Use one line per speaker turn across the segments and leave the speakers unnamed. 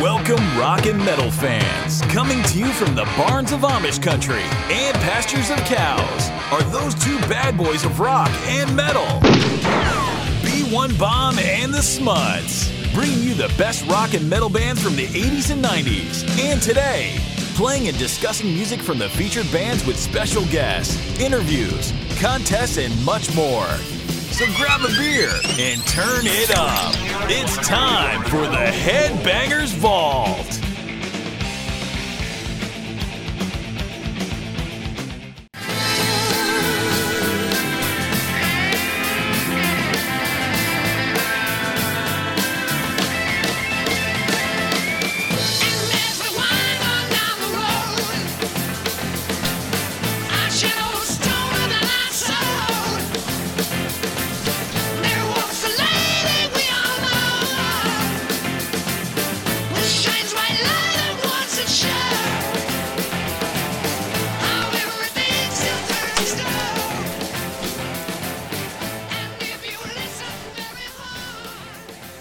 Welcome, rock and metal fans, coming to you from the barns of Amish country and pastures of cows. Are those two bad boys of rock and metal? B1 Bomb and the Smuds, bringing you the best rock and metal bands from the 80s and 90s, and today. Playing and discussing music from the featured bands with special guests, interviews, contests, and much more. So grab a beer and turn it up. It's time for the Headbangers Vault.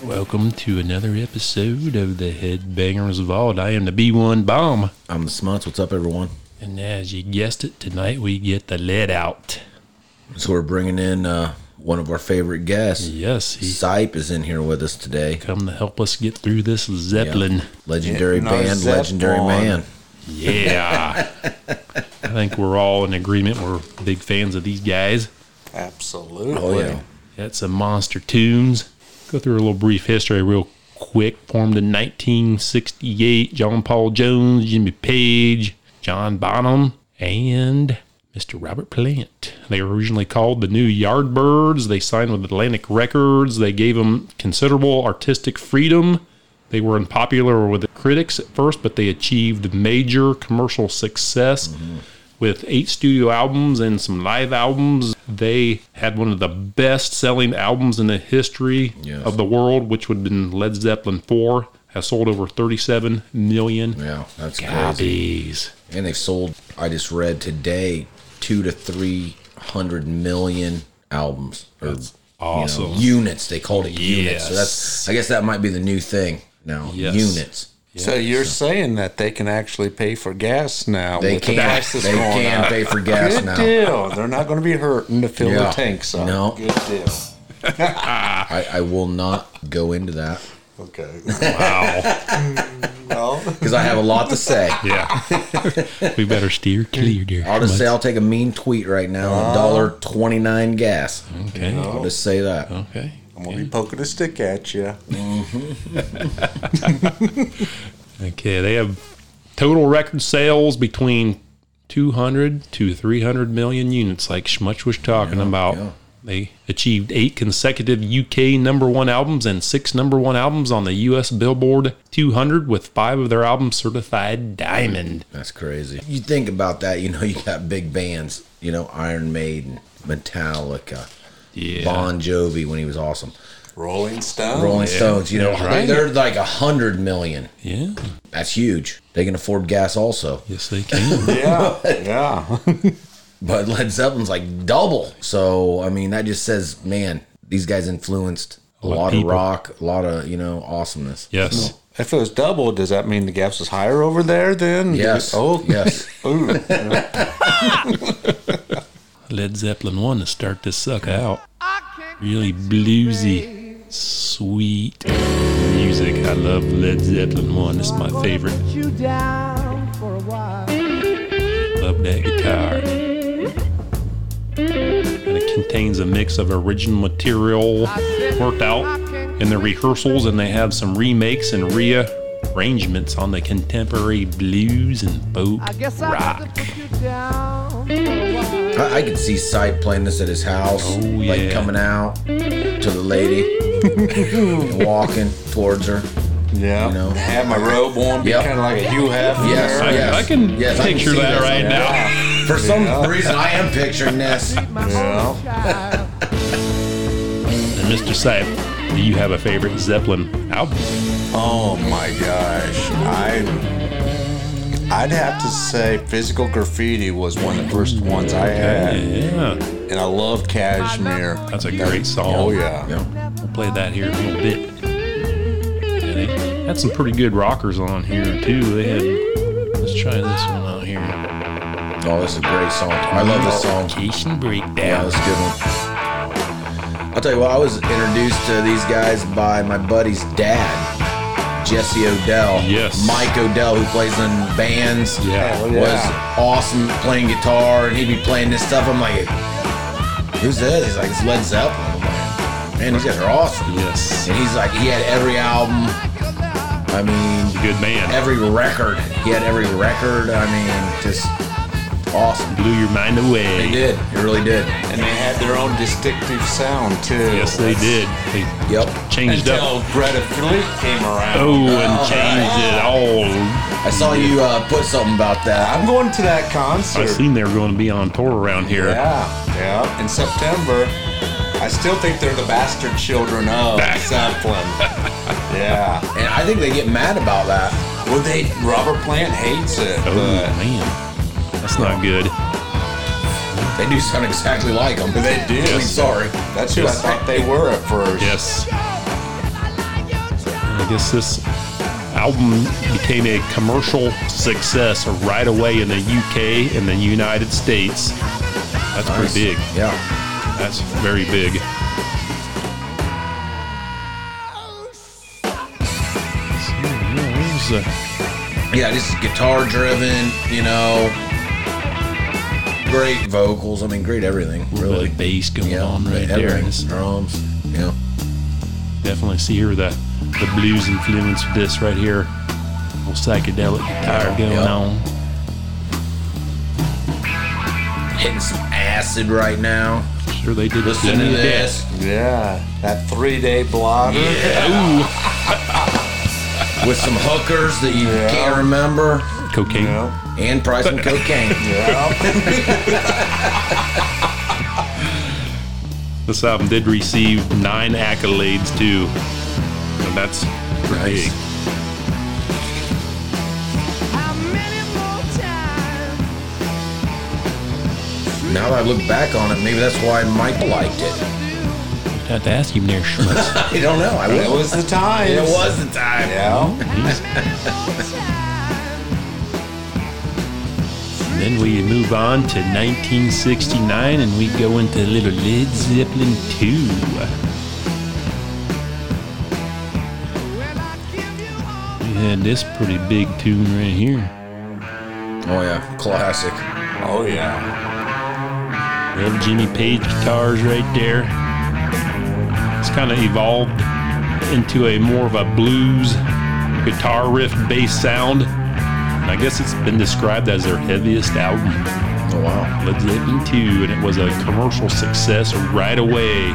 Welcome to another episode of the Headbangers Vault. I am the B1 Bomb.
I'm the Smuts. What's up, everyone?
And as you guessed it, tonight we get the lead out.
So we're bringing in uh, one of our favorite guests.
Yes, he
Sipe is in here with us today.
come to help us get through this Zeppelin.
Legendary
Yeah, no,
band,
Zeppelin.
legendary man.
Yeah. I think we're all in agreement. We're big fans of these guys.
Absolutely.
Oh yeah,
That's some monster tunes. Go through a little brief history real quick. Formed in 1968, John Paul Jones, Jimmy Page, John Bonham, and Mr. Robert Plant. They were originally called the New Yardbirds. They signed with Atlantic Records. They gave them considerable artistic freedom. They were unpopular with the critics at first, but they achieved major commercial success
Mm-hmm.
with eight studio albums and some live albums. They had one of the best selling albums in the history
Yes.
of the world, which would have been Led Zeppelin 4, has sold over 37 million
yeah, that's crazy.
copies.
And they've sold. I just read today two to three hundred million albums or
Awesome.
units. They called it units. So
Yes.
that's. I guess that might be the new thing now.
Yes.
Units.
So you're saying that they can actually pay for gas now?
They
with
can.
The prices
They
going
can
up.
pay for gas
Good
now.
deal. They're not going to be hurting to fill
Yeah.
their tanks up.
No.
Good deal.
I, I will not go into that
Okay.
Wow.
well,
because I have a lot to say.
yeah. we better steer clear, dear.
I'll just say I'll take a mean tweet right now. on Dollar
Oh.
twenty nine gas.
Okay.
I'll just say that.
Okay.
I'm going to be poking a stick at you.
Okay, they have total record sales between 200 to 300 million units, like Schmutz was talking about.
yeah.
They achieved eight consecutive UK number one albums and six number one albums on the US Billboard 200, with five of their albums certified diamond.
That's crazy. You think about that. You know, you got big bands. You know, Iron Maiden, Metallica,
Yeah. Oh,
Bon Jovi when he was awesome,
Rolling Stone.
Rolling Stones. You know,
Yeah, right.
they're like a hundred million.
Yeah.
That's huge. They can afford gas also.
Yes, they can.
Yeah. Yeah.
But Led Zeppelin's like double. So I mean, that just says, man, these guys influenced a
lot of
lot of
people.
rock, a lot of you know awesomeness.
yes.
If it was double, does that mean the gas was higher over there then?
Yes.
Oh,
yes.
Ooh.
Led Zeppelin 1 to start this sucker out. Really bluesy, sweet music. I love Led Zeppelin 1. It's my favorite.
you down for a while.
Love that guitar. And it contains a mix of original material worked out in the rehearsals, and they have some remakes and rearrangements on the contemporary blues and folk
I guess I
rock.
have to put you down for a while.
I, I could see Sight playing this at his house,
Oh, yeah.
like coming out to the lady, walking towards her.
Yeah.
You know.
Have my robe on, be
Yep.
kind of like a Hugh Hefner.
Yes,
I,
yes.
I can
Yes, I can
picture
see
that
this.
right now.
For some reason, I am picturing this.
My
Yeah.
only child.
And Mr. Sapp, do you have a favorite Zeppelin album?
Oh my gosh. I I'd have to say physical graffiti was one of the first ones I had.
Yeah,
And I love cashmere.
that's a great song.
Oh yeah.
Yeah.
We'll play that here in a little bit. Yeah, they- Had some pretty good rockers on here too. They had. Let's try this one out here.
Oh, this is a great song. I love this song.
Jason
Yeah,
Breakdown.
that's a good one. I'll tell you what, I was introduced to these guys by my buddy's dad, Jesse Odell.
Yes.
Mike Odell, who plays in bands.
Yeah.
Hell yeah.
Was awesome playing guitar, and he'd be playing this stuff. I'm like, who's this? He's like, it's Led Zeppelin. I'm like, man, these guys are awesome.
Yes.
And he's like, he had every album. I mean,
Good man.
every record. He had every record. I mean, just awesome.
Blew your mind
He
away.
did. He really did.
And they had their own distinctive sound too.
Yes, they did. They
Yep.
changed up.
Until Greta Fleet came around.
Oh, and
All
changed it all.
I saw you uh, put something about that.
I'm going to that concert.
I seen they were going to be on tour around here.
Yeah, yeah. In September, I still think they're the bastard children of Zeppelin. yeah.
And I think they get mad about that.
Well, they Robert Plant hates it,
Oh
but
man, that's not good.
They do sound exactly like them.
They do.
I mean, sorry.
that's who I thought they were at first.
Yes. I guess this album became a commercial success right away in the UK and the United States. That's
Nice.
pretty big.
Yeah.
That's very big. Let's see, what was the-
Yeah, just guitar driven, you know. Great vocals. I mean, great everything,
Really
really.
bass going
Yeah,
on right there.
everything.
It's-
Drums. Yeah.
definitely see here the the blues influence of this right here. Little psychedelic guitar going
Yeah.
on.
Hitting some acid right now.
Sure they did
Listen to
good in the day.
this.
Yeah. That three-day blotter.
With some hookers that you
Yeah.
can't remember.
Cocaine.
Yeah.
And price and cocaine.
Yeah.
This album did receive nine accolades too. So that's pretty
Nice.
big.
How many more times?
Now that I look back on it, maybe that's why Mike liked it.
Have to ask him there, Schmutz.
I don't know. I
It
will.
was the time.
It was the time.
Yeah.
then we move on to 1969 and we go into Little Led Zeppelin 2.
Well, I give you all
We had this pretty big tune right here.
Oh yeah, classic.
Oh yeah.
Little Jimmy Page guitars right there. It's kind of evolved into a more of a blues guitar riff bass sound. And I guess it's been described as their heaviest album.
Oh wow.
Led Zeppelin 2, and it was a commercial success right away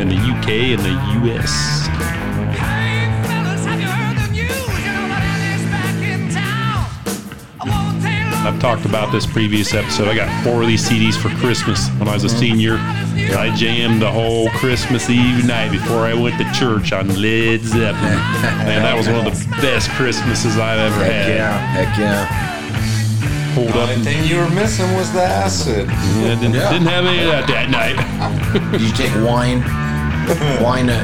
in the UK and the US.
Hey, fellas, have you heard the news? You know what it is back in town. I won't take long.
I've talked about this previous episode. I got four of these CDs for Christmas when I was a senior. And I jammed the whole Christmas Eve night before I went to church on Led Zeppelin. Man, that was one of the best Christmases I've ever
Heck
had.
yeah. Heck yeah.
Pulled up
Only
and
thing you were missing was the acid.
yeah, didn't, didn't have any of that that night.
Did you take wine? wine at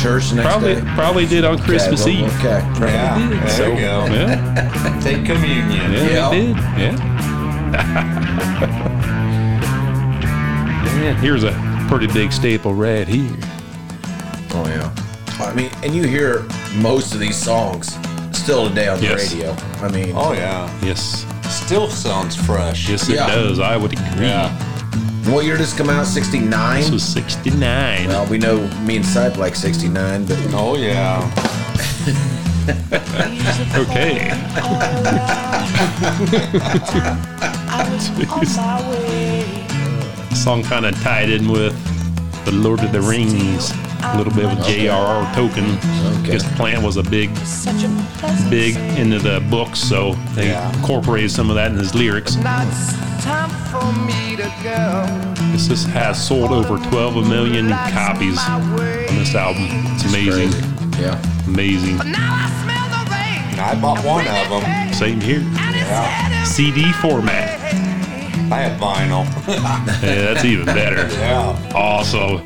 church the next
Probably
day?
probably did on Christmas
okay, well,
Eve.
Okay.
Yeah. There
So,
you go.
Yeah,
Take communion.
yeah,
Yeah.
they did. Yeah. Man, here's a pretty big staple right here.
Oh yeah. I mean, and you hear most of these songs still today on the
Yes.
radio. I mean,
Oh yeah.
Yes,
Still sounds fresh.
yes, it
Yeah.
does. I would agree.
Yeah.
what year did this come out?
This
69?
was 69.
Well, we know me and Sipe like 69, but
Oh yeah.
Okay. Jeez.
my way.
Song kind of tied in with the Lord of the Rings, a little bit with J.R.R. Tolkien.
Okay.
His plant was a big,
Such a pleasant
big into the books, so they
Yeah.
incorporated some of that in his lyrics.
Now it's time for me to go.
This just has sold over 12 million copies on this album. It's amazing,
crazy. Yeah.
amazing.
Now I smell the rain.
I bought one of them.
Same here.
And it's
Yeah.
heading
CD format.
I had vinyl.
Yeah, that's even better.
yeah.
Awesome.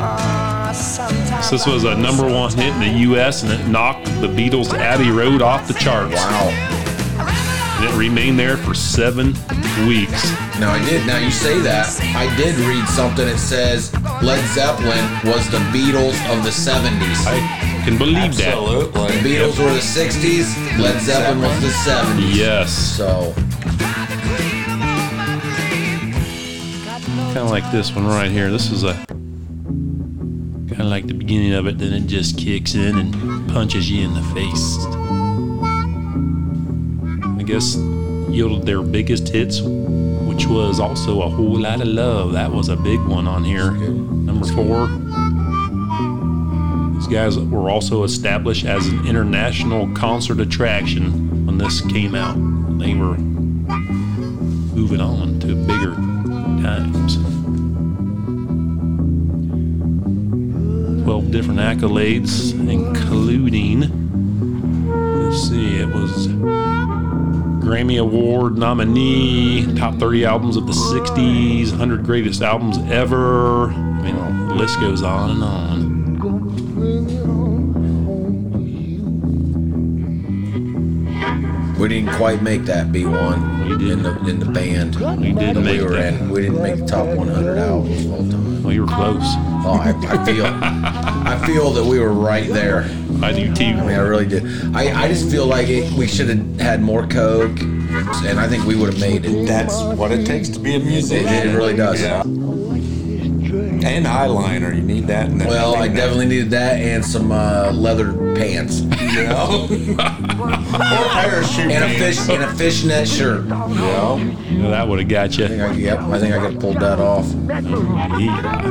Uh, sometimes
Yes, this was a number one hit in the U.S. and it knocked the Beatles' Abbey Road off the charts.
Wow.
And it remained there for seven weeks.
Now I did. Now you say that. I did read something. It says Led Zeppelin was the Beatles of the 70s.
I can believe
The
Absolutely.
Beatles were the 60s. Led Zeppelin was the 70s.
that. Yes.
So
Kind of like this one right here. This is a kind of like the beginning of it, then it just kicks in and punches you in the face. I guess yielded their biggest hits, which was also a whole lot of love. That was a big one on here. Number four. These guys were also established as an international concert attraction when this came out. They were moving on to bigger times. 12 different accolades, including, let's see, it was Grammy Award nominee, top 30 albums of the 60s, 100 greatest albums ever. I mean, the list goes on and on.
we didn't quite make that B1
We
in
didn't.
the in the band
We
that
didn't make
we were
that.
in. We didn't make the top 100 albums all time.
Well, you were close.
Oh, I, I feel. I feel that we were right there.
I do
I mean, I
too.
really did. I, I just feel like it, we should have had more coke, and I think we would have made it.
That's what it takes to be a musician.
It- it really does.
Yeah. And eyeliner, you need that. In the
Well, I definitely needed that and some uh, leather pants
You know? or parachute.
and a fish and a fishnet shirt.
You know?
You know, that would have got
I
you.
think I, yep, I think I could have pulled that off.
Yeah.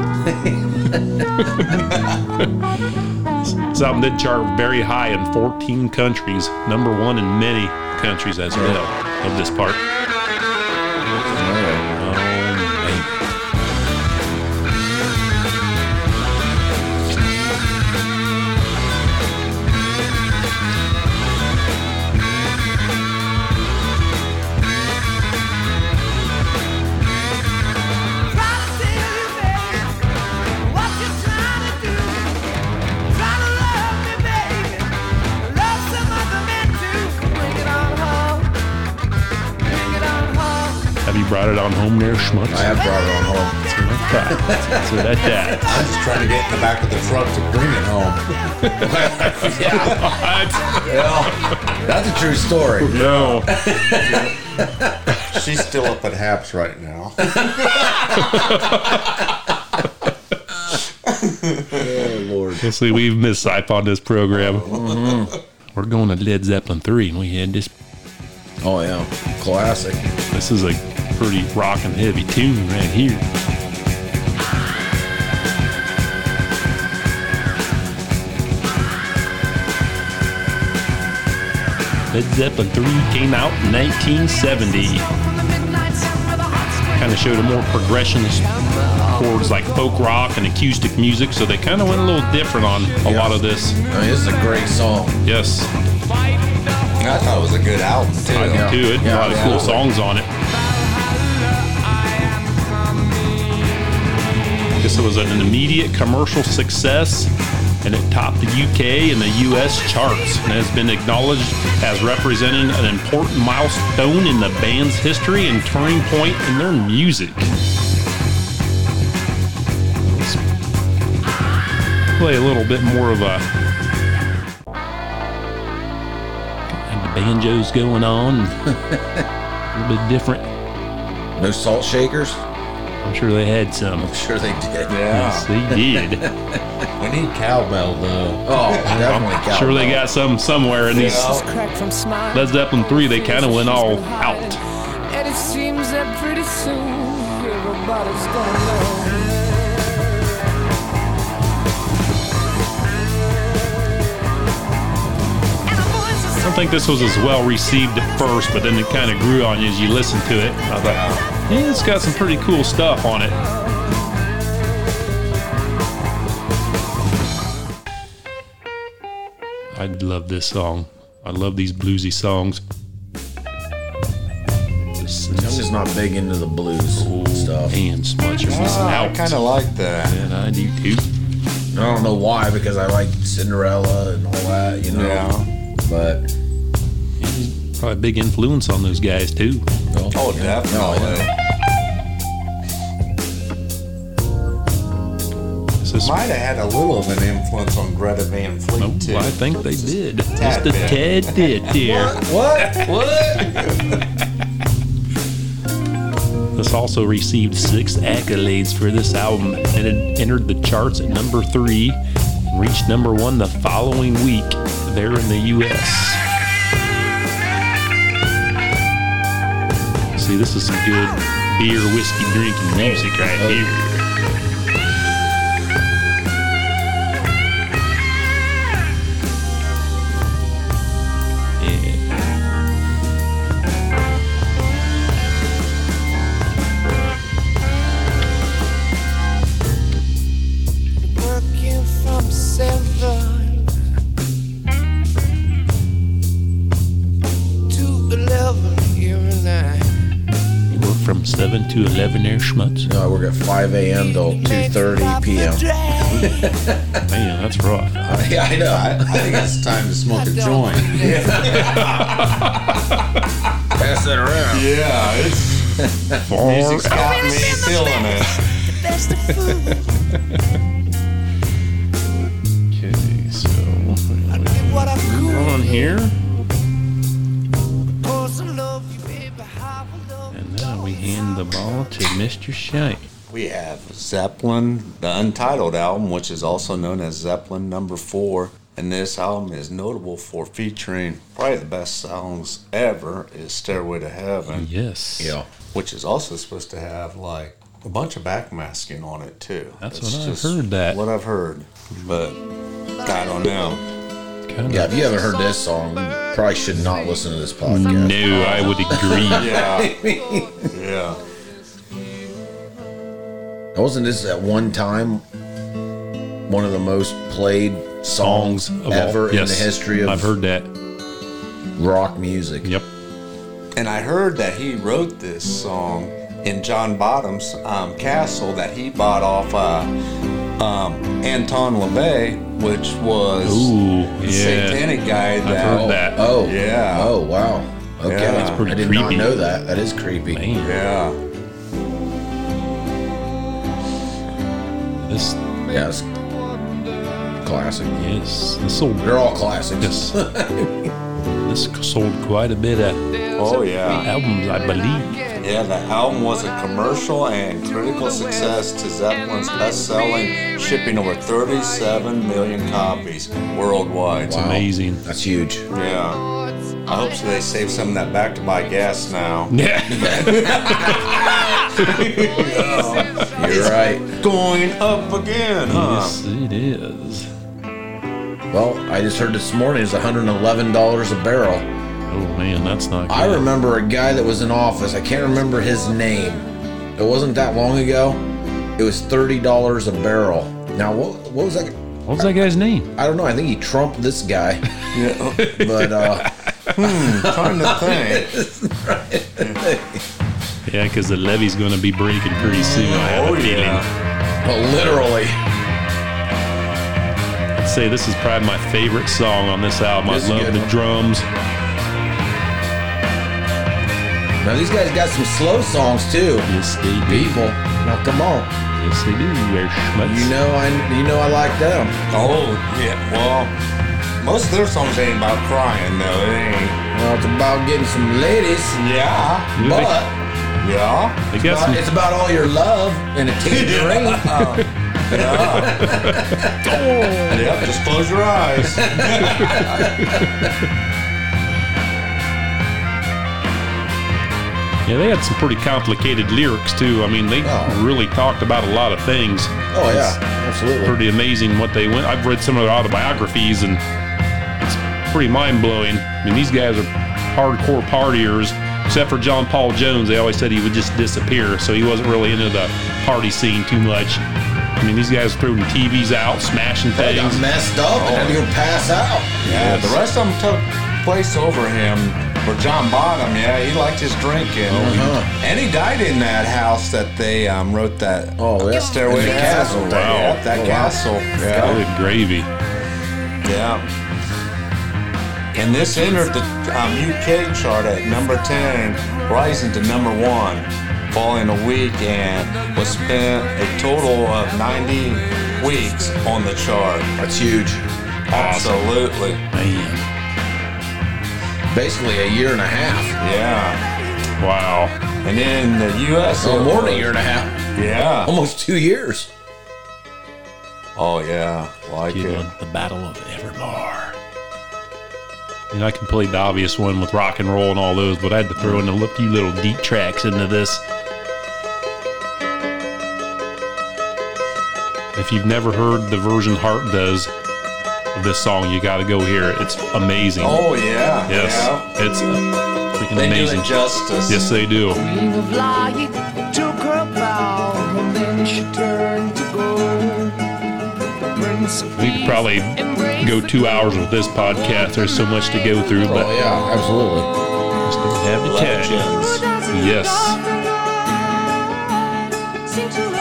this album did chart very high in 14 countries, number one in many countries as well of this part. Oh, man. Have you brought it on home there, Schmutz?
I have brought it on home.
So that, that.
I'm just trying to get in the back of the truck to bring it home.
Yeah, that's a true story.
No.
She's still up at Haps right now.
Oh Lord.
Let's see, we've missed Sipe on this program. We're going to Led Zeppelin 3, and we had this.
Oh yeah, classic.
This is a pretty rock and heavy tune right here. Led Zeppelin 3 came out in 1970. Kind of showed a more progression towards like folk rock and acoustic music, so they kind of went a little different on a lot of this.
I mean, this is a great song.
Yes,
I thought it was a good album, too.
I
Yeah.
do too. It had
Yeah,
a lot of
yeah.
cool songs on it. This was an immediate commercial success, and it topped the UK and the US charts, and has been acknowledged as representing an important milestone in the band's history and turning point in their music. Let's play a little bit more of a and the banjos going on. a little bit different.
No salt shakers?
I'm sure they had some.
I'm sure they did.
Yes,
Yeah.
they did.
We need cowbell, though.
Oh, definitely. Cowbell.
sure, they got some somewhere in these. Led Zeppelin 3, they kind of went all out.
And it seems that pretty soon everybody's gonna know.
I don't think this was as well received at first, but then it kind of grew on you as you listened to it. I thought, yeah, it's got some pretty cool stuff on it. I love this song. I love these bluesy songs. This
I'm just not big into the blues
Ooh,
stuff.
And smudge. You're missing
Ah, I
out.
kind of like that.
And I do too.
I don't know why because I like Cinderella and all that, you know.
Yeah.
But
He's probably a big influence on those guys too.
no,
Oh,
you know,
definitely.
No,
This is-
Might have had a little of an influence on Greta Van Fleet
Oh,
too.
I think they did. Just
tad
a
bit.
tad bit there.
What?
This also received six accolades for this album, and it entered the charts at number three, and reached number one the following week there in the U.S. See, this is some good beer, whiskey, drinking music right here. Yeah.
Working from seven to eleven every night.
You work from seven to eleven there, Schmutz.
no, I work at 5 a.m.
Oh,
till 2:30 p.m.
Man, that's rough.
yeah, I know.
I, I think it's time to smoke a joint.
Pass it around.
Yeah, it's music's got me feeling it.
Okay, so on here, and now we hand the ball to Mr. Shite.
We have Zeppelin, the Untitled album, which is also known as Zeppelin Number Four, and this album is notable for featuring probably the best songs ever is "Stairway to Heaven,"
Yes.
Yeah.
which is also supposed to have like a bunch of backmasking on it too.
That's
It's
what I've
just
heard that.
What I've heard, but I don't know.
Kind
Yeah, if you haven't heard this song, you probably should not listen to this podcast.
No, I would agree.
Yeah, yeah.
Wasn't this at one time one of the most played songs,
Songs of all-
ever in the
yes,
history of
I've heard that.
rock music?
Yep.
And I heard that he wrote this song in John Bottom's um, castle that he bought off uh, um, Anton LaVey, which was
Ooh,
the
yeah.
satanic guy that.
heard that.
Oh,
Yeah.
Oh, wow. Okay.
Yeah. That's
pretty
I did
creepy.
not know that. That is creepy.
Man,
Yeah.
this
Yeah, it's classic.
yes, this sold
They're all classics.
yes, this sold quite a bit of
Oh, yeah.
albums, I believe.
Yeah, the album was a commercial and critical success to Zeppelin's best selling, shipping over 37 million copies worldwide.
Wow.
Amazing.
That's huge.
Yeah. I hope so they save some of that back to buy gas now.
Yeah.
You're right.
Going up again, huh?
Uh-huh.
yes, it is.
Well, I just heard this morning it's $111 a barrel.
Oh man, that's not. Good.
I remember a guy that was in office. I can't remember his name. It wasn't that long ago. It was $30 a barrel. Now, what, what was that?
What was that guy's name?
I don't know. I think he trumped this guy. but uh,
trying to think.
Yeah, because the levy's going to be breaking pretty soon.
Oh,
I have
Oh,
a feeling.
but literally,
I'd say this is probably my favorite song on this album. I
This is a
love
good
the
one.
drums.
now these guys got some slow songs too.
Yes, they do.
People, now come on.
Yes, they do. They're schmutz.
You know I, you know I like them.
Oh, yeah. Well, most of their songs ain't about crying, though. It ain't.
Well, it's about getting some ladies,
Yeah.
You know, they-
but
Yeah.
they, got
but
some,
it's about all your love and a teeny ring.
Oh. Yep. Just close your eyes.
yeah, they had some pretty complicated lyrics too. I mean, they
Oh.
really talked about a lot of things.
Oh yeah, absolutely.
Pretty amazing what they went. I've read some of their autobiographies, and it's pretty mind blowing. I mean, these guys are hardcore partiers. Except for John Paul Jones, they always said he would just disappear, so he wasn't really into the party scene too much. I mean, these guys throwing TVs out, smashing
I got
things.
messed up and then you pass out.
Yeah. The rest of them took place over him Well, John Bonham, yeah, he liked his drinking,
Uh-huh.
and he died in that house that they um, wrote that
Oh, yeah.
Stairway
In
to
the
Castle.
castle,
that-
wow.
yeah, that
Oh, wow.
castle.
Yeah.
Good gravy.
Yeah. And this entered the um, UK chart at number 10, rising to number one following a week and was spent a total of 90 weeks on the chart.
That's huge.
Absolutely.
Man.
Basically a year and a half.
Yeah.
Wow.
And in the US.
So
Oh,
it
more than a
was-
year and a half.
Yeah.
Almost two years.
Oh, yeah. Like
Good
it.
one. The Battle of Evermore. And I can play the obvious one with rock and roll and all those, but I had to throw in a few little deep tracks into this. If you've never heard the version Heart does of this song, you got to go hear it. It's amazing.
Oh, yeah.
yes,
Yeah.
it's freaking
They
amazing.
do it justice.
yes, they do.
Dream of lying took her bow, and then she turned to gold. The Prince of
We could probably go two hours with this podcast. There's so much to go through, but
Oh yeah, absolutely.
just didn't have the time.
Legends.
Yes.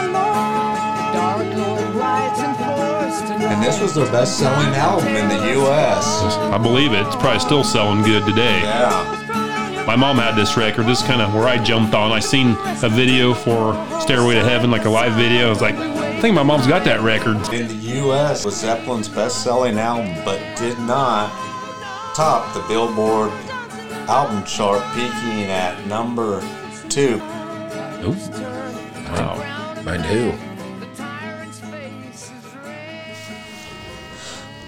Dark Lord rides in forest
And this was their best selling album in the US.
I believe it. It's probably still selling good today.
Yeah.
My mom had this record. This is kind of where I jumped on. I seen a video for Stairway to Heaven, like a live video. I was like, I think my mom's got that record.
in the U.S. was Zeppelin's best-selling album, but did not top the Billboard album chart, peaking at number two.
Nope. Wow.
I do.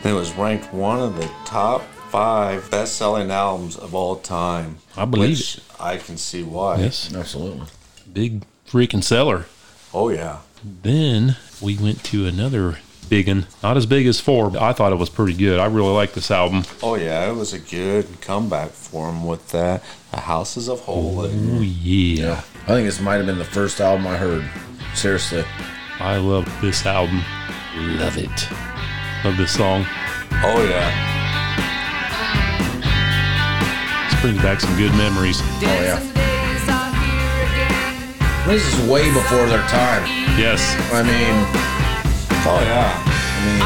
It was ranked one of the top five best-selling albums of all time.
I believe
which I can see why.
Yes.
Absolutely.
Big freaking seller.
Oh yeah.
Then we went to another big one. Not as big as four, but I thought it was pretty good. I really like this album.
Oh yeah. It was a good comeback for him with that. The Houses of Holy.
Oh, yeah.
Yeah. I think this might have been the first album I heard. Seriously.
I love this album. Love it. Love this song.
Oh yeah.
This brings back some good memories.
Oh yeah. This is way before their time.
Yes.
I mean,
Oh yeah.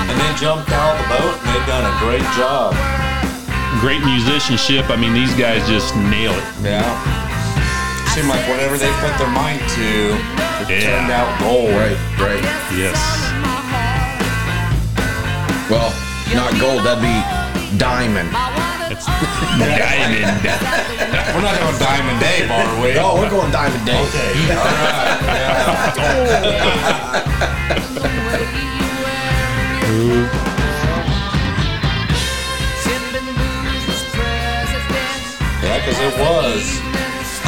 And they jumped out of the boat, and they've done a great job.
Great musicianship. I mean, these guys just nail it.
Yeah. Seemed like whatever they put their mind to, it
Yeah.
turned out gold.
right, right.
Yes.
Well, not gold. That'd be diamond.
Diamond.
We're not doing Diamond Dave, are we?
Oh, we're going diamond day.
Yeah, because it was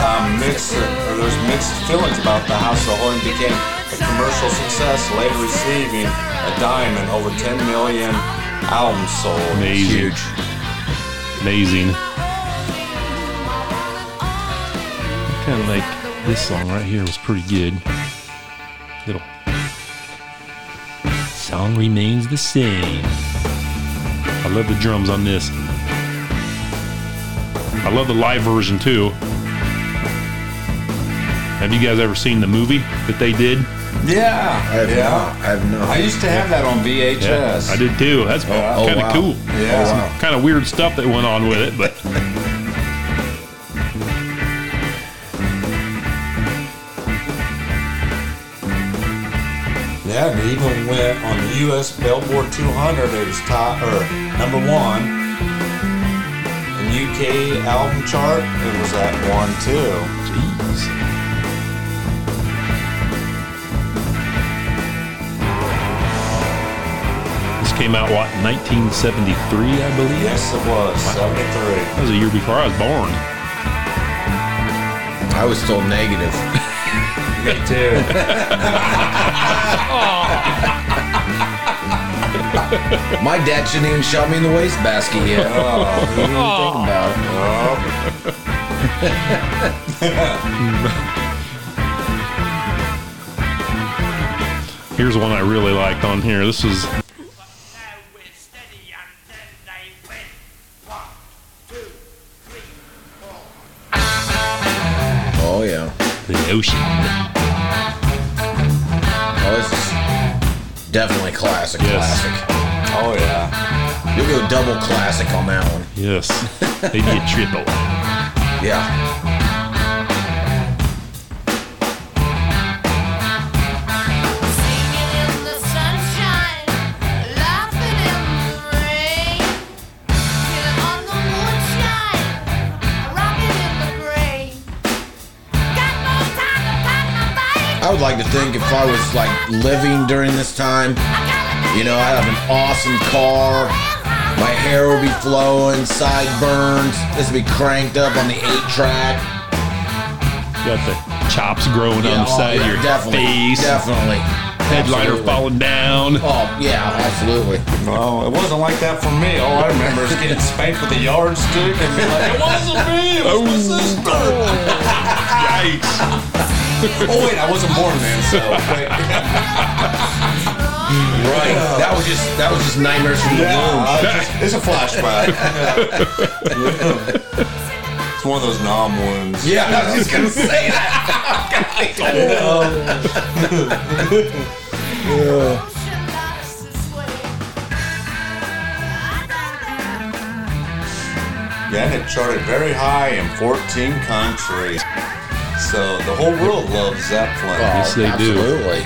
um, mixed. Or there's mixed feelings about the House of Horn became a commercial success, later receiving a diamond over 10 million albums sold.
Amazing. Amazing. Kind of like this song right here was pretty good. Little song remains the same. I love the drums on this. I love the live version too. Have you guys ever seen the movie that they did?
Yeah,
I have not.
yeah.
I have not.
I used to have that on VHS.
I did too. That's
Oh,
kind of
wow.
cool.
Yeah.
Kind of weird stuff that went on with it, but
Yeah, and even went on the U.S. Billboard 200. It was top or number one. And UK album chart, it was at one too.
jeez. This came out what 1973, I believe.
Yes, it was 73.
That was a year before I was born.
I was still negative.
Me too.
My dad shouldn't even shove me in the wastebasket yet. Think about it.
Here's one I really liked on here. This was
Steady and then they win. One, two, three, four.
the ocean.
Oh, this is definitely classic.
Yes.
Classic.
Oh, yeah.
You'll go double classic on that one.
Yes. Maybe a triple.
Yeah.
Singing in the sunshine, laughing in the rain, chilling on the moonshine, rocking in the rain. Got no time to pack my bag.
I would like to think if I was like living during this time,
I got
you know, I'd have an awesome car. My hair would be flowing, sideburns. This would be cranked up on the eight track.
Got the chops growing on the
oh,
side of your
definitely,
face.
Definitely.
Headliner
Absolutely.
falling down.
Oh yeah, absolutely.
No, it wasn't like that for me. All I remember is getting spanked with a yardstick and be like,
Oh,
it wasn't me, it was my
Oh.
sister.
Yikes.
Oh, wait, I wasn't born then, so wait.
Right. That was just that was just nightmares from the womb.
I just- it's a flashback. it's one of those nom ones.
Yeah, I was just gonna say that.
ocean lights this way. I got that.
Then it charted very high in 14 countries. So the whole world loves Zeppelin.
Yes, they do.
absolutely.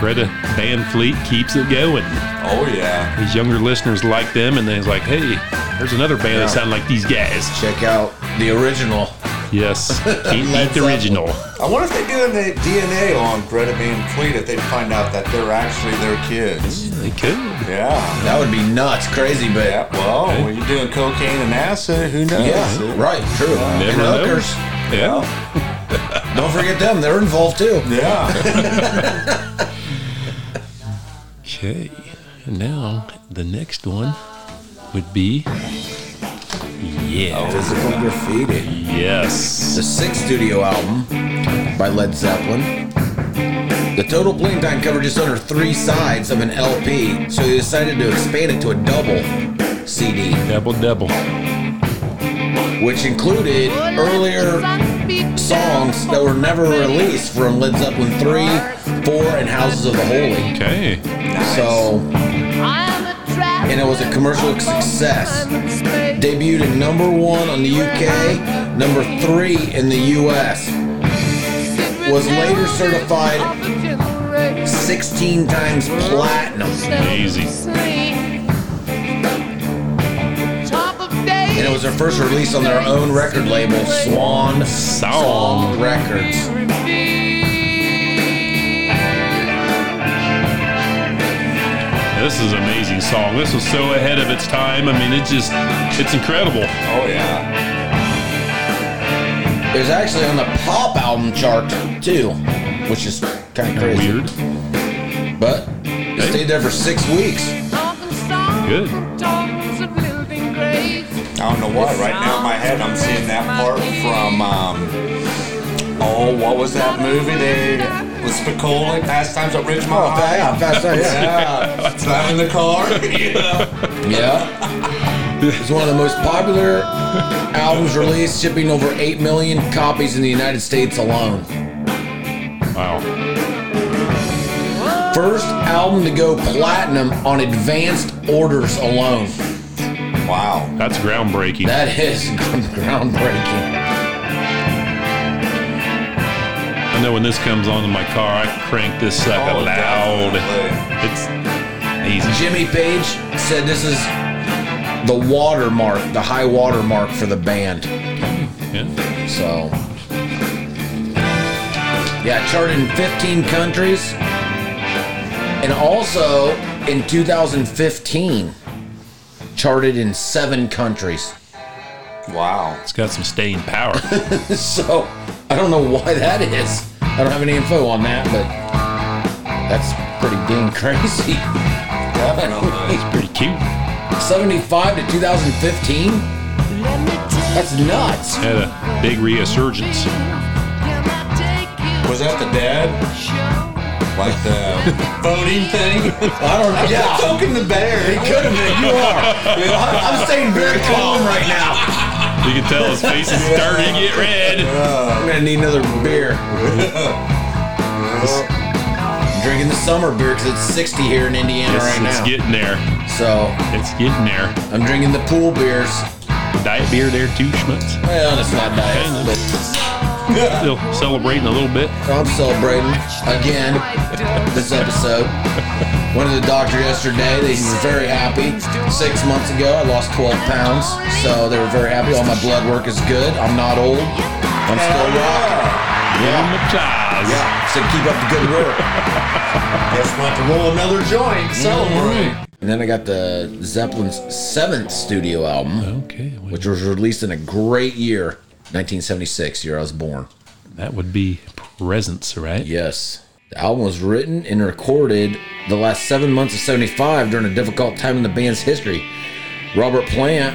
Greta Van Fleet keeps it going.
Oh, yeah.
His younger listeners like them, and they're like, hey, there's another band
Yeah.
that sound like these guys.
Check out the original.
Yes. Can't
Led
beat the
Zeppelin.
original.
I wonder if they do any DNA on Greta Van Fleet if they find out that they're actually their kids.
They could.
Yeah.
That would be nuts, crazy, but
Yeah, well, when you're doing cocaine and acid, who knows?
yeah, right, true.
Never
and
know.
hookers.
Yeah.
Don't forget them; they're involved too.
Yeah.
Okay. And now the next one would be. Yeah.
Oh, Physical graffiti.
Yes.
The sixth studio album by Led Zeppelin. The total playing time covered just under three sides of an LP, so they decided to expand it to a double CD,
Double double.
which included earlier songs that were never released from Led Zeppelin 3, 4, and Houses of the Holy.
Okay.
So,
And
and it was a commercial success. Debuted at number one on the UK, number three in the US, was later certified 16 times platinum.
Amazing.
And it was their first release on their own record label, Swan
Song.
Song Records.
This is an amazing song. This was so ahead of its time. I mean, it just, it's incredible.
oh, yeah.
It was actually on the pop album chart, too, which is kind of crazy.
Weird.
But it
Hey.
stayed there for six weeks.
Good.
I don't know why. Right now in my head, I'm seeing that part from, um, oh, what was that movie? They, with Spicoli, Pastimes at Ridgemont
Oh,
High.
yeah, fast times.
Yeah, driving the car. yeah.
Yeah. It's one of the most popular albums released, shipping over 8 million copies in the United States alone.
Wow.
First album to go platinum on advanced orders alone.
Wow.
That's groundbreaking.
That is groundbreaking.
I know when this comes on in my car, I crank this sucker
Oh,
loud.
definitely.
It's amazing.
Jimmy Page said this is the watermark, the high watermark for the band.
Yeah.
So, yeah, charted in 15 countries. And also in 2015, charted in seven countries.
Wow.
It's got some staying power.
So, I don't know why that is. I don't have any info on that, but that's pretty dang crazy.
Definitely.
Pretty cute.
75 to 2015? That's nuts.
Had a big resurgence.
Was that the dad? Like the voting thing?
I don't know. Yeah,
Poking the bear.
it could have been. You are. I'm staying very calm right now.
You can tell his face is starting to get red.
I'm gonna need another beer. I'm drinking the summer beer because it's 60 here in Indiana
It's,
right
it's
now.
getting there.
so
It's getting there.
I'm drinking the pool beers.
Diet beer there too, Schmutz.
Well, it's not diet, but
Still celebrating a little bit.
I'm celebrating again this episode. Went to the doctor yesterday. They were very happy. Six months ago, I lost 12 pounds, so they were very happy. All my blood work is good. I'm not old. I'm still rocking.
Give him applause.
Yeah, so keep up the good work.
Guess we'll have to roll another joint. Celebrate.
And then I got the Zeppelin's seventh studio album,
Okay, well,
which was released in a great year, 1976, year I was born.
that would be presents, right?
Yes. The album was written and recorded the last seven months of 75 during a difficult time in the band's history. Robert Plant,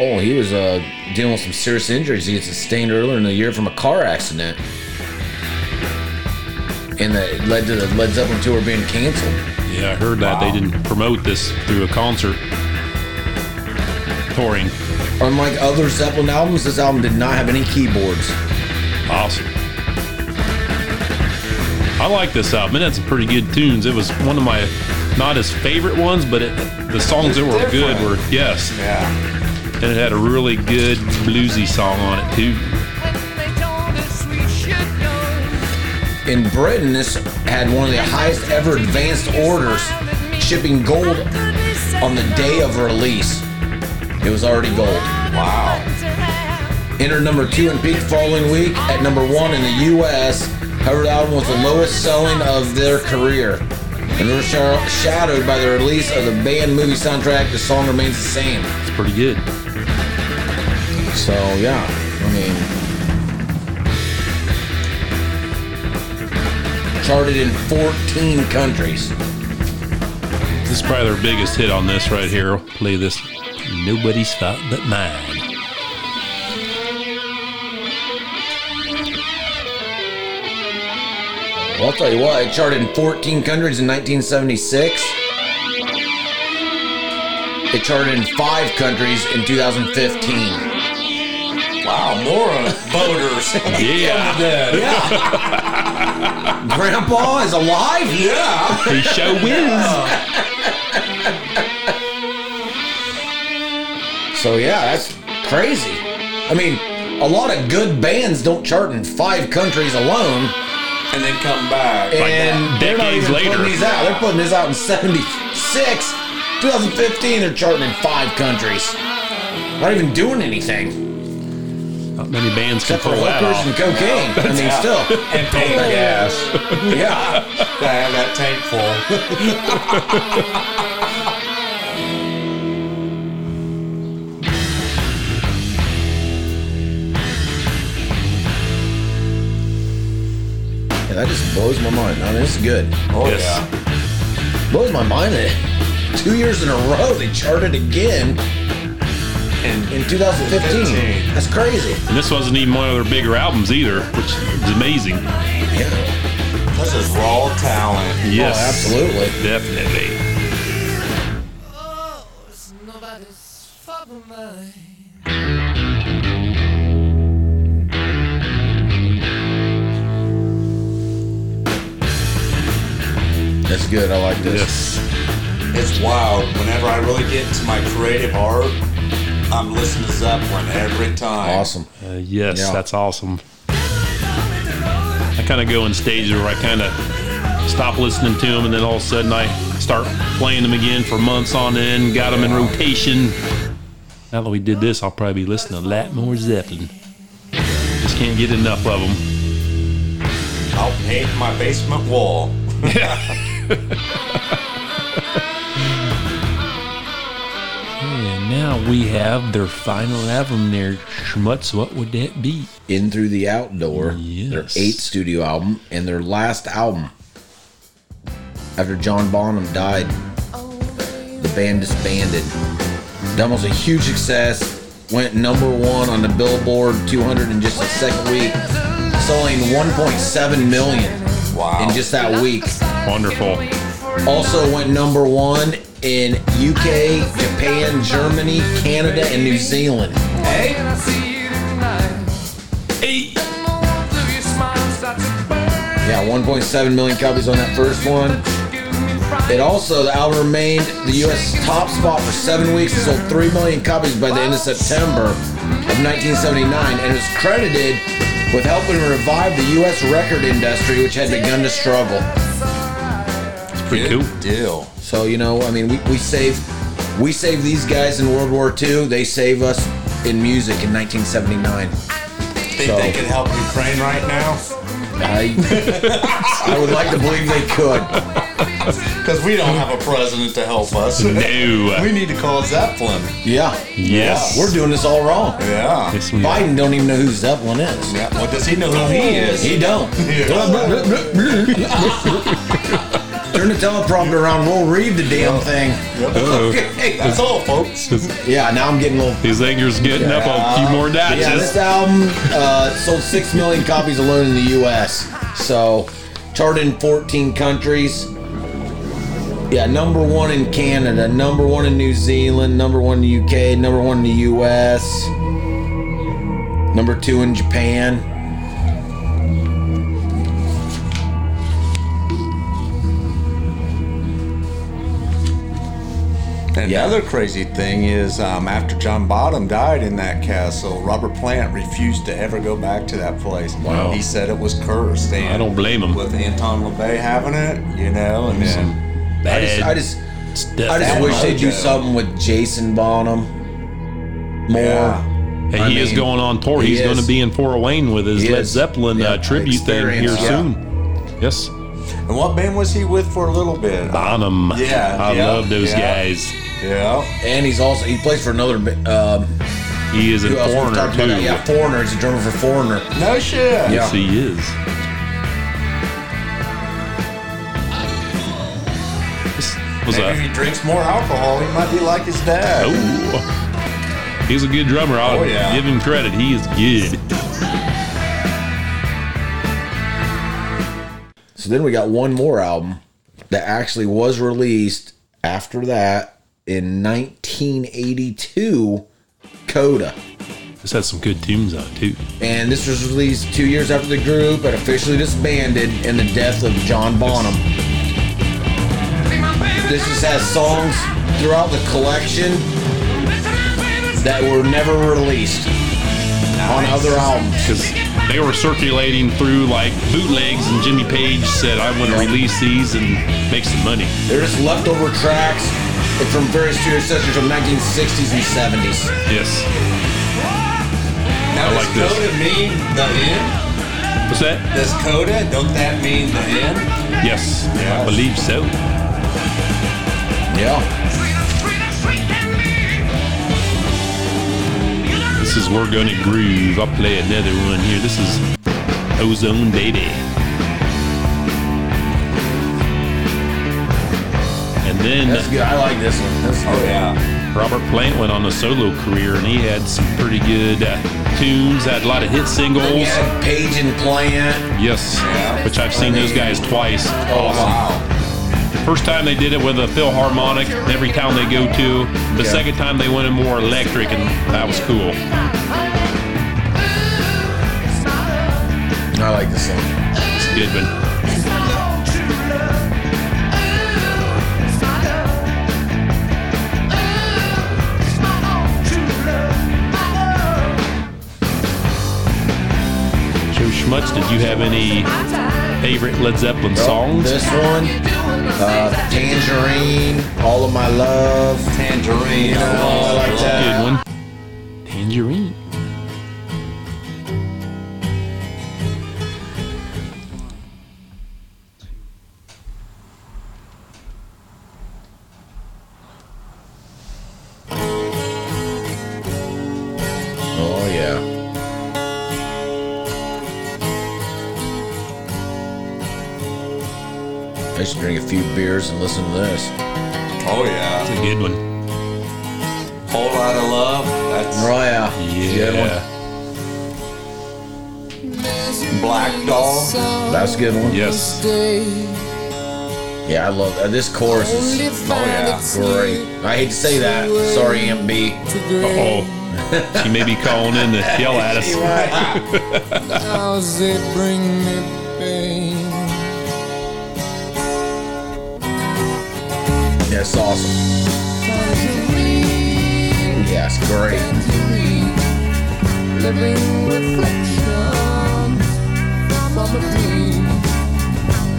oh, he was uh, dealing with some serious injuries he had sustained earlier in the year from a car accident. And that led to the Led Zeppelin tour being canceled.
Yeah, I heard that they didn't promote this through a concert touring.
Unlike other Zeppelin albums, this album did not have any keyboards.
Awesome. I like this album. It had some pretty good tunes. It was one of my not his favorite ones, but it, the songs that were good were yes.
Yeah.
And it had a really good bluesy song on it too.
In Britain, this had one of the highest ever advanced orders, shipping gold Oh. on the day of release. It was already gold.
Wow.
Entered number two in peak following week at number one in the U.S. However, the album was the lowest selling of their career. And they were shar- shadowed by the release of the band movie soundtrack, The Song Remains the Same.
It's pretty good.
So, yeah, I mean. Charted in 14 countries.
This is probably their biggest hit on this right here. Play this Nobody's Fault But Mine.
Well, I'll tell you what, it charted in 14 countries in 1976. It charted in five countries in 2015.
Wow, more voters.
Yeah.
Yeah. Grandpa is alive? Yeah.
He show wins.
So, yeah, that's crazy. I mean, a lot of good bands don't chart in five countries alone.
and then come back.
And they're not
decades
even
later.
putting these out. They're putting this out in 76. 2015, they're charting in five countries. Not even doing anything
Not many bands can
except for
pull that
hookers and
off.
cocaine. I mean, still.
and paint gas.
Yeah.
Gotta have that tank full.
yeah, that just blows my mind. I mean, this is good.
Oh
Yes.
yeah.
Blows my mind that two years in a row they charted again
And
in 2015.
15.
That's crazy.
And this wasn't even one of their bigger albums either, which is amazing.
Yeah.
this is raw talent.
Yes.
Oh, absolutely.
Definitely.
Oh,
That's good. I like this.
Yes.
Oh, It's wild. Whenever I really get into my creative art, I'm listening to Zeppelin every time.
Awesome.
Uh, yes,
Yeah.
that's awesome. I kind of go in stages where I kind of stop listening to them, and then all of a sudden I start playing them again for months on end. Got them in rotation. Now that we did this, I'll probably be listening to a lot more Zeppelin. Just can't get enough of them.
I'll paint my basement wall.
And now we have their final album there, Schmutz. What would that be?
In Through the Outdoor,
Yes.
their eighth studio album and their last album. After John Bonham died, the band disbanded. The album was a huge success, went number one on the Billboard 200 in just the second week, selling 1.7 million
Wow.
in just that week.
Wonderful.
Also went number one in UK, Japan, Germany, Canada, and New Zealand.
Hey. I see you tonight.
Hey,
And the warmth of your smile starts to burn.
Yeah, 1.7 million copies on that first one.
Give me fright.
It also, the album remained the U.S. top spot for seven weeks and sold 3 million copies by the end of September of 1979 and is credited with helping revive the U.S. record industry, which had begun to struggle.
it's pretty
Good
cool.
Deal.
So, you know, I mean, we, we save we save these guys in World War II. They save us in music in 1979.
Think
So-
they can help Ukraine right now?
I, I would like to believe they could.
Because we don't have a president to help us.
No.
We need to call Zeppelin.
Yeah,
Yes.
we're doing this all wrong.
Yeah.
Yes, we are.
Biden don't even know who Zeppelin is.
yeah. Well, does he know who he
Oh.
is?
He don't.
Yeah.
Turn the teleprompter around. We'll read the damn thing. Okay.
That's all, folks.
Yeah, now I'm getting a little.
His anger's getting up on a few more notches.
Yeah, this album uh, sold six million copies alone in the U.S. So, charted in 14 countries. Yeah, number one in Canada, number one in New Zealand, number one in the U.K., number one in the U.S., number two in Japan.
Another crazy thing is um, after John Bottom died in that castle, Robert Plant refused to ever go back to that place.
Wow.
He said it was cursed. And
I don't blame him.
With Anton LaVey having it, you know, and then
I
Bad
just, I just,
stuff.
I just
That
wish they'd do
logo.
something with Jason Bonham more.
yeah,
Hey,
I
he is
mean,
going on tour.
he
He's going
is.
to be in Fort Wayne with his
He
Led
is.
Zeppelin
Yeah,
uh, tribute thing here
experience, yeah.
soon. Yes,
And what band was he with for a little bit?
Bonham.
Yeah,
I
yeah,
love those
yeah.
guys.
Yeah.
And he's also he plays for another. Um,
He is a
who else we
foreigner
talked about?
too.
that? Yeah, foreigner. He's a drummer for Foreigner.
No shit.
Yes,
Yeah.
he is. This was
Maybe
a
if he drinks more alcohol, he might be like his dad.
oh. He's a good drummer. I'll
Oh, yeah.
give him credit. He is good.
So then we got one more album that actually was released after that in 1982, Coda.
This has some good tunes on it, too.
And this was released two years after the group had officially disbanded in the death of John Bonham. This just has songs throughout the collection that were never released on other albums.
because they were circulating through like bootlegs, and Jimmy Page said, "I want to release these and make some money."
They're just leftover tracks from various studio sessions from 1960s and 70s.
Yes, I
Now, does
like this.
Coda mean the end?
what's that?
Does Coda, don't that mean the end?
Yes, I believe so.
Yeah.
This is "We're Gonna Groove." I'll play another one here. This is Ozone Baby. And
That's
then
good. I like this one. That's
Oh, yeah.
Robert Plant went on a solo career, and he had some pretty good uh, tunes. Had a lot of hit
We
singles.
had Page and Plant. Oh,
Yes,
Yeah.
which I've seen those guys twice. Awesome.
Wow.
First time they did it with a Philharmonic in every town they go to. The
Yeah.
second time they went in more electric, and that was cool.
I like this one.
It's a good one. So Schmutz, did you have any favorite Led Zeppelin songs?
Oh, This one, uh, Tangerine, All of My Love.
Tangerine.
You know, Oh, I like
good
that.
one. Tangerine.
Oh, yeah. I used to drink a few beers and listen to this.
Oh, yeah.
It's a good one.
Whole lot of love. That's
Oh, yeah. Good one.
Yeah.
Black Dog.
That's a good one.
Yes.
Yeah, I love uh, this chorus is
Oh,
great. I hate to say that. Sorry, Aunt B.
oh. She may be calling in to yell at us.
Does it bring me pain?
That's awesome. Yeah, it's great.
Living reflections from a dream.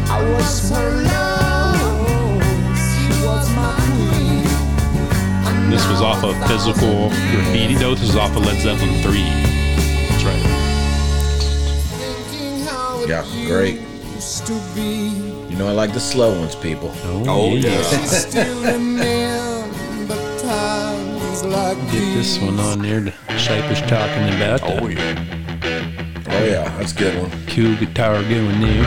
I was her love. She was my queen.
This was off of Physical Graffiti. No, this was off of Led Zeppelin 3. That's right.
Thinking how it
Yeah, great.
used to be.
You know I like the slow ones, people.
Oh, yeah.
Still remember times like
Get this
these.
one on there to Shapers talking about the
Oh, yeah.
Oh yeah, that's a good one.
cool guitar going there.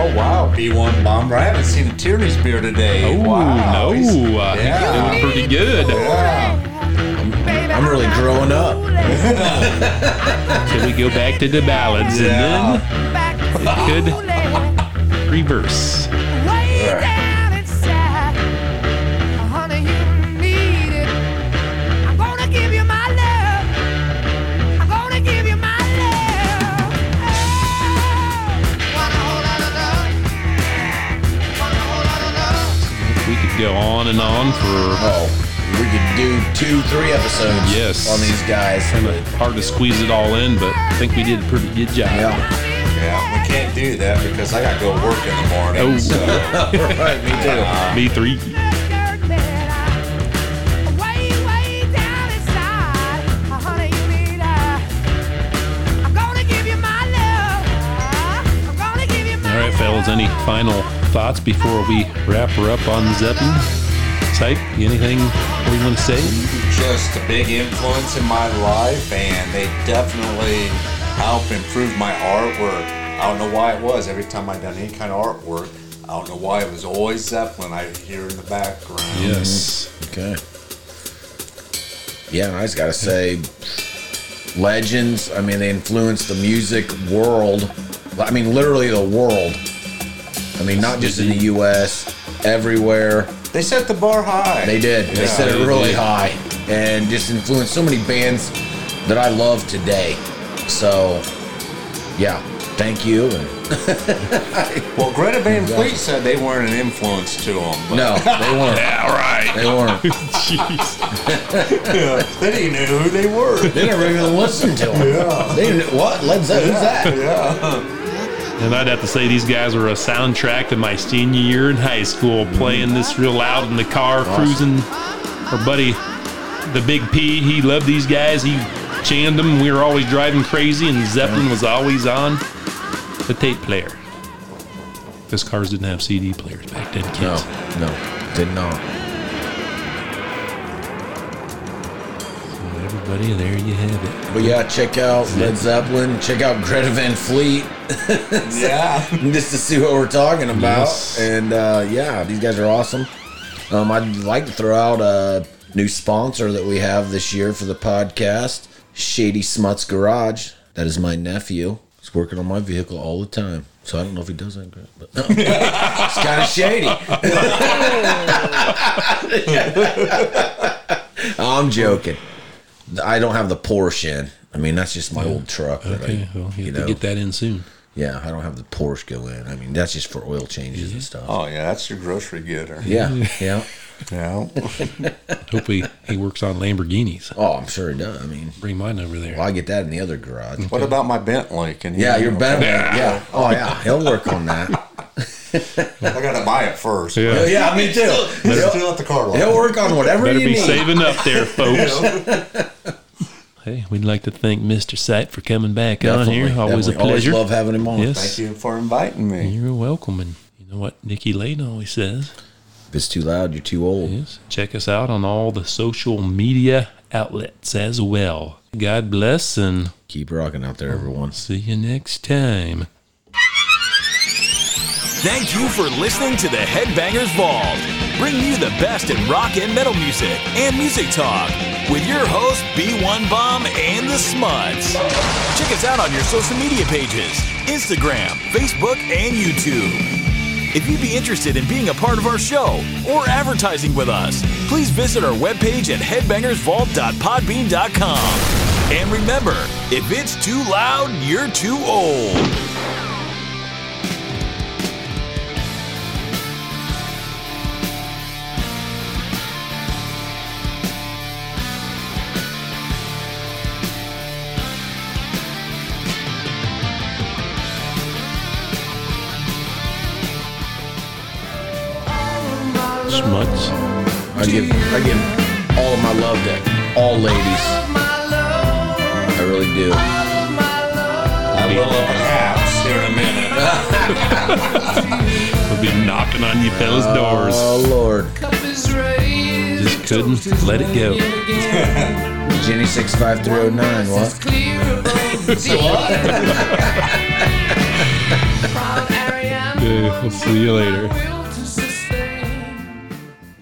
Oh, wow. B1 Bomber. I haven't seen a Tierney's beer today.
Oh,
wow. He's-
no. I
Yeah.
think you're doing pretty good.
Yeah.
I'm really growing up.
Till we go back to the ballads and
Yeah.
then it could reverse.
Oh.
We could go on and on for
Oh, we could do two, three episodes.
Yes.
On these guys.
kind of hard to squeeze it all in, but I think we did a pretty good job.
Yeah.
Yeah. We can't do that because I got to go work in the morning.
Oh.
So,
right. Me too.
uh,
Me three. All right, fellas. Any final thoughts before we wrap her up on Zeppelin? Sipe, anything we want to say?
just a big influence in my life, and they definitely helped improve my artwork. I don't know why it was. Every time I done any kind of artwork, I don't know why it was always Zeppelin I hear in the background.
Yes.
Okay. Yeah, and I just gotta say, legends. I mean, they influenced the music world. I mean, literally the world. I mean, not just in the U.S. Everywhere
They set the bar high.
they did. They
Yeah.
set it really
did.
high, and just influenced so many bands that I love today. So, yeah, thank you. And
Well, Greta Van Fleet said they weren't an influence to them.
no, they weren't.
All right.
They weren't.
Jeez.
uh, they didn't even know who they were.
They didn't even listen to them. They didn't. What? Led Zeppelin? Who's that?
And I'd have to say these guys were a soundtrack to my senior year in high school, playing this real loud in the car, cruising. Our buddy, the Big P, he loved these guys. He jammed them. We were always driving crazy, and Zeppelin was always on the tape player. Because cars didn't have CD players back then, kids.
No, no, did not.
Everybody, there you have it.
But yeah, check out Led Zeppelin. Check out Greta Van Fleet,
yeah.
just to see what we're talking about.
Yes.
And uh, yeah, these guys are awesome. Um, I'd like to throw out a new sponsor that we have this year for the podcast, Shady Smuts Garage. That is my nephew. He's working on my vehicle all the time. So I don't know if he does that, Greta, but it's kind of shady. I'm joking. I don't have the Porsche in. I mean, that's just my old truck. that I-
Okay, well, you,
you
have
know,
to get that in soon.
yeah, I don't have the Porsche go in. I mean, that's just for oil changes
Mm-hmm.
and stuff.
Oh, yeah, that's your grocery getter.
Yeah, yeah.
Yeah.
Hopefully, he works on Lamborghinis.
Oh, I'm sure it does. I mean,
Bring mine over there.
well, I get that in the other garage.
What about my Bentley? Can you
Yeah, you're better. Yeah. Oh, yeah. He'll work on that. Oh,
I gotta buy it first.
Yeah.
yeah, me too.
It's
He'll,
still at the car lot.
he'll work on whatever
Better
you
be
need.
saving up there, folks. hey, we'd like to thank Mr. Sipe for coming back on here. Always
definitely.
a pleasure.
Always love having him on.
Yes.
Thank you for inviting me.
You're welcome. And you know what Nikki Lane always says
If it's too loud, you're too old.
is check us out on all the social media outlets as well. God bless and
Keep rocking out there, everyone.
see you next time.
Thank you for listening to the Headbangers Vault, bringing you the best in rock and metal music and music talk with your host B1 Bomb and the Smuts. Check us out on your social media pages Instagram, Facebook, and YouTube. If you'd be interested in being a part of our show or advertising with us, please visit our webpage at headbangersvault.podbean.com. And remember, if it's too loud, you're too old.
Smuts.
I give I give all of my love to all ladies. I really do.
I will up in halves here in a minute.
Would be knocking on you fellas' doors.
Oh Lord,
Just couldn't let it go.
Jenny six five three oh nine. What?
Okay, we'll see you later.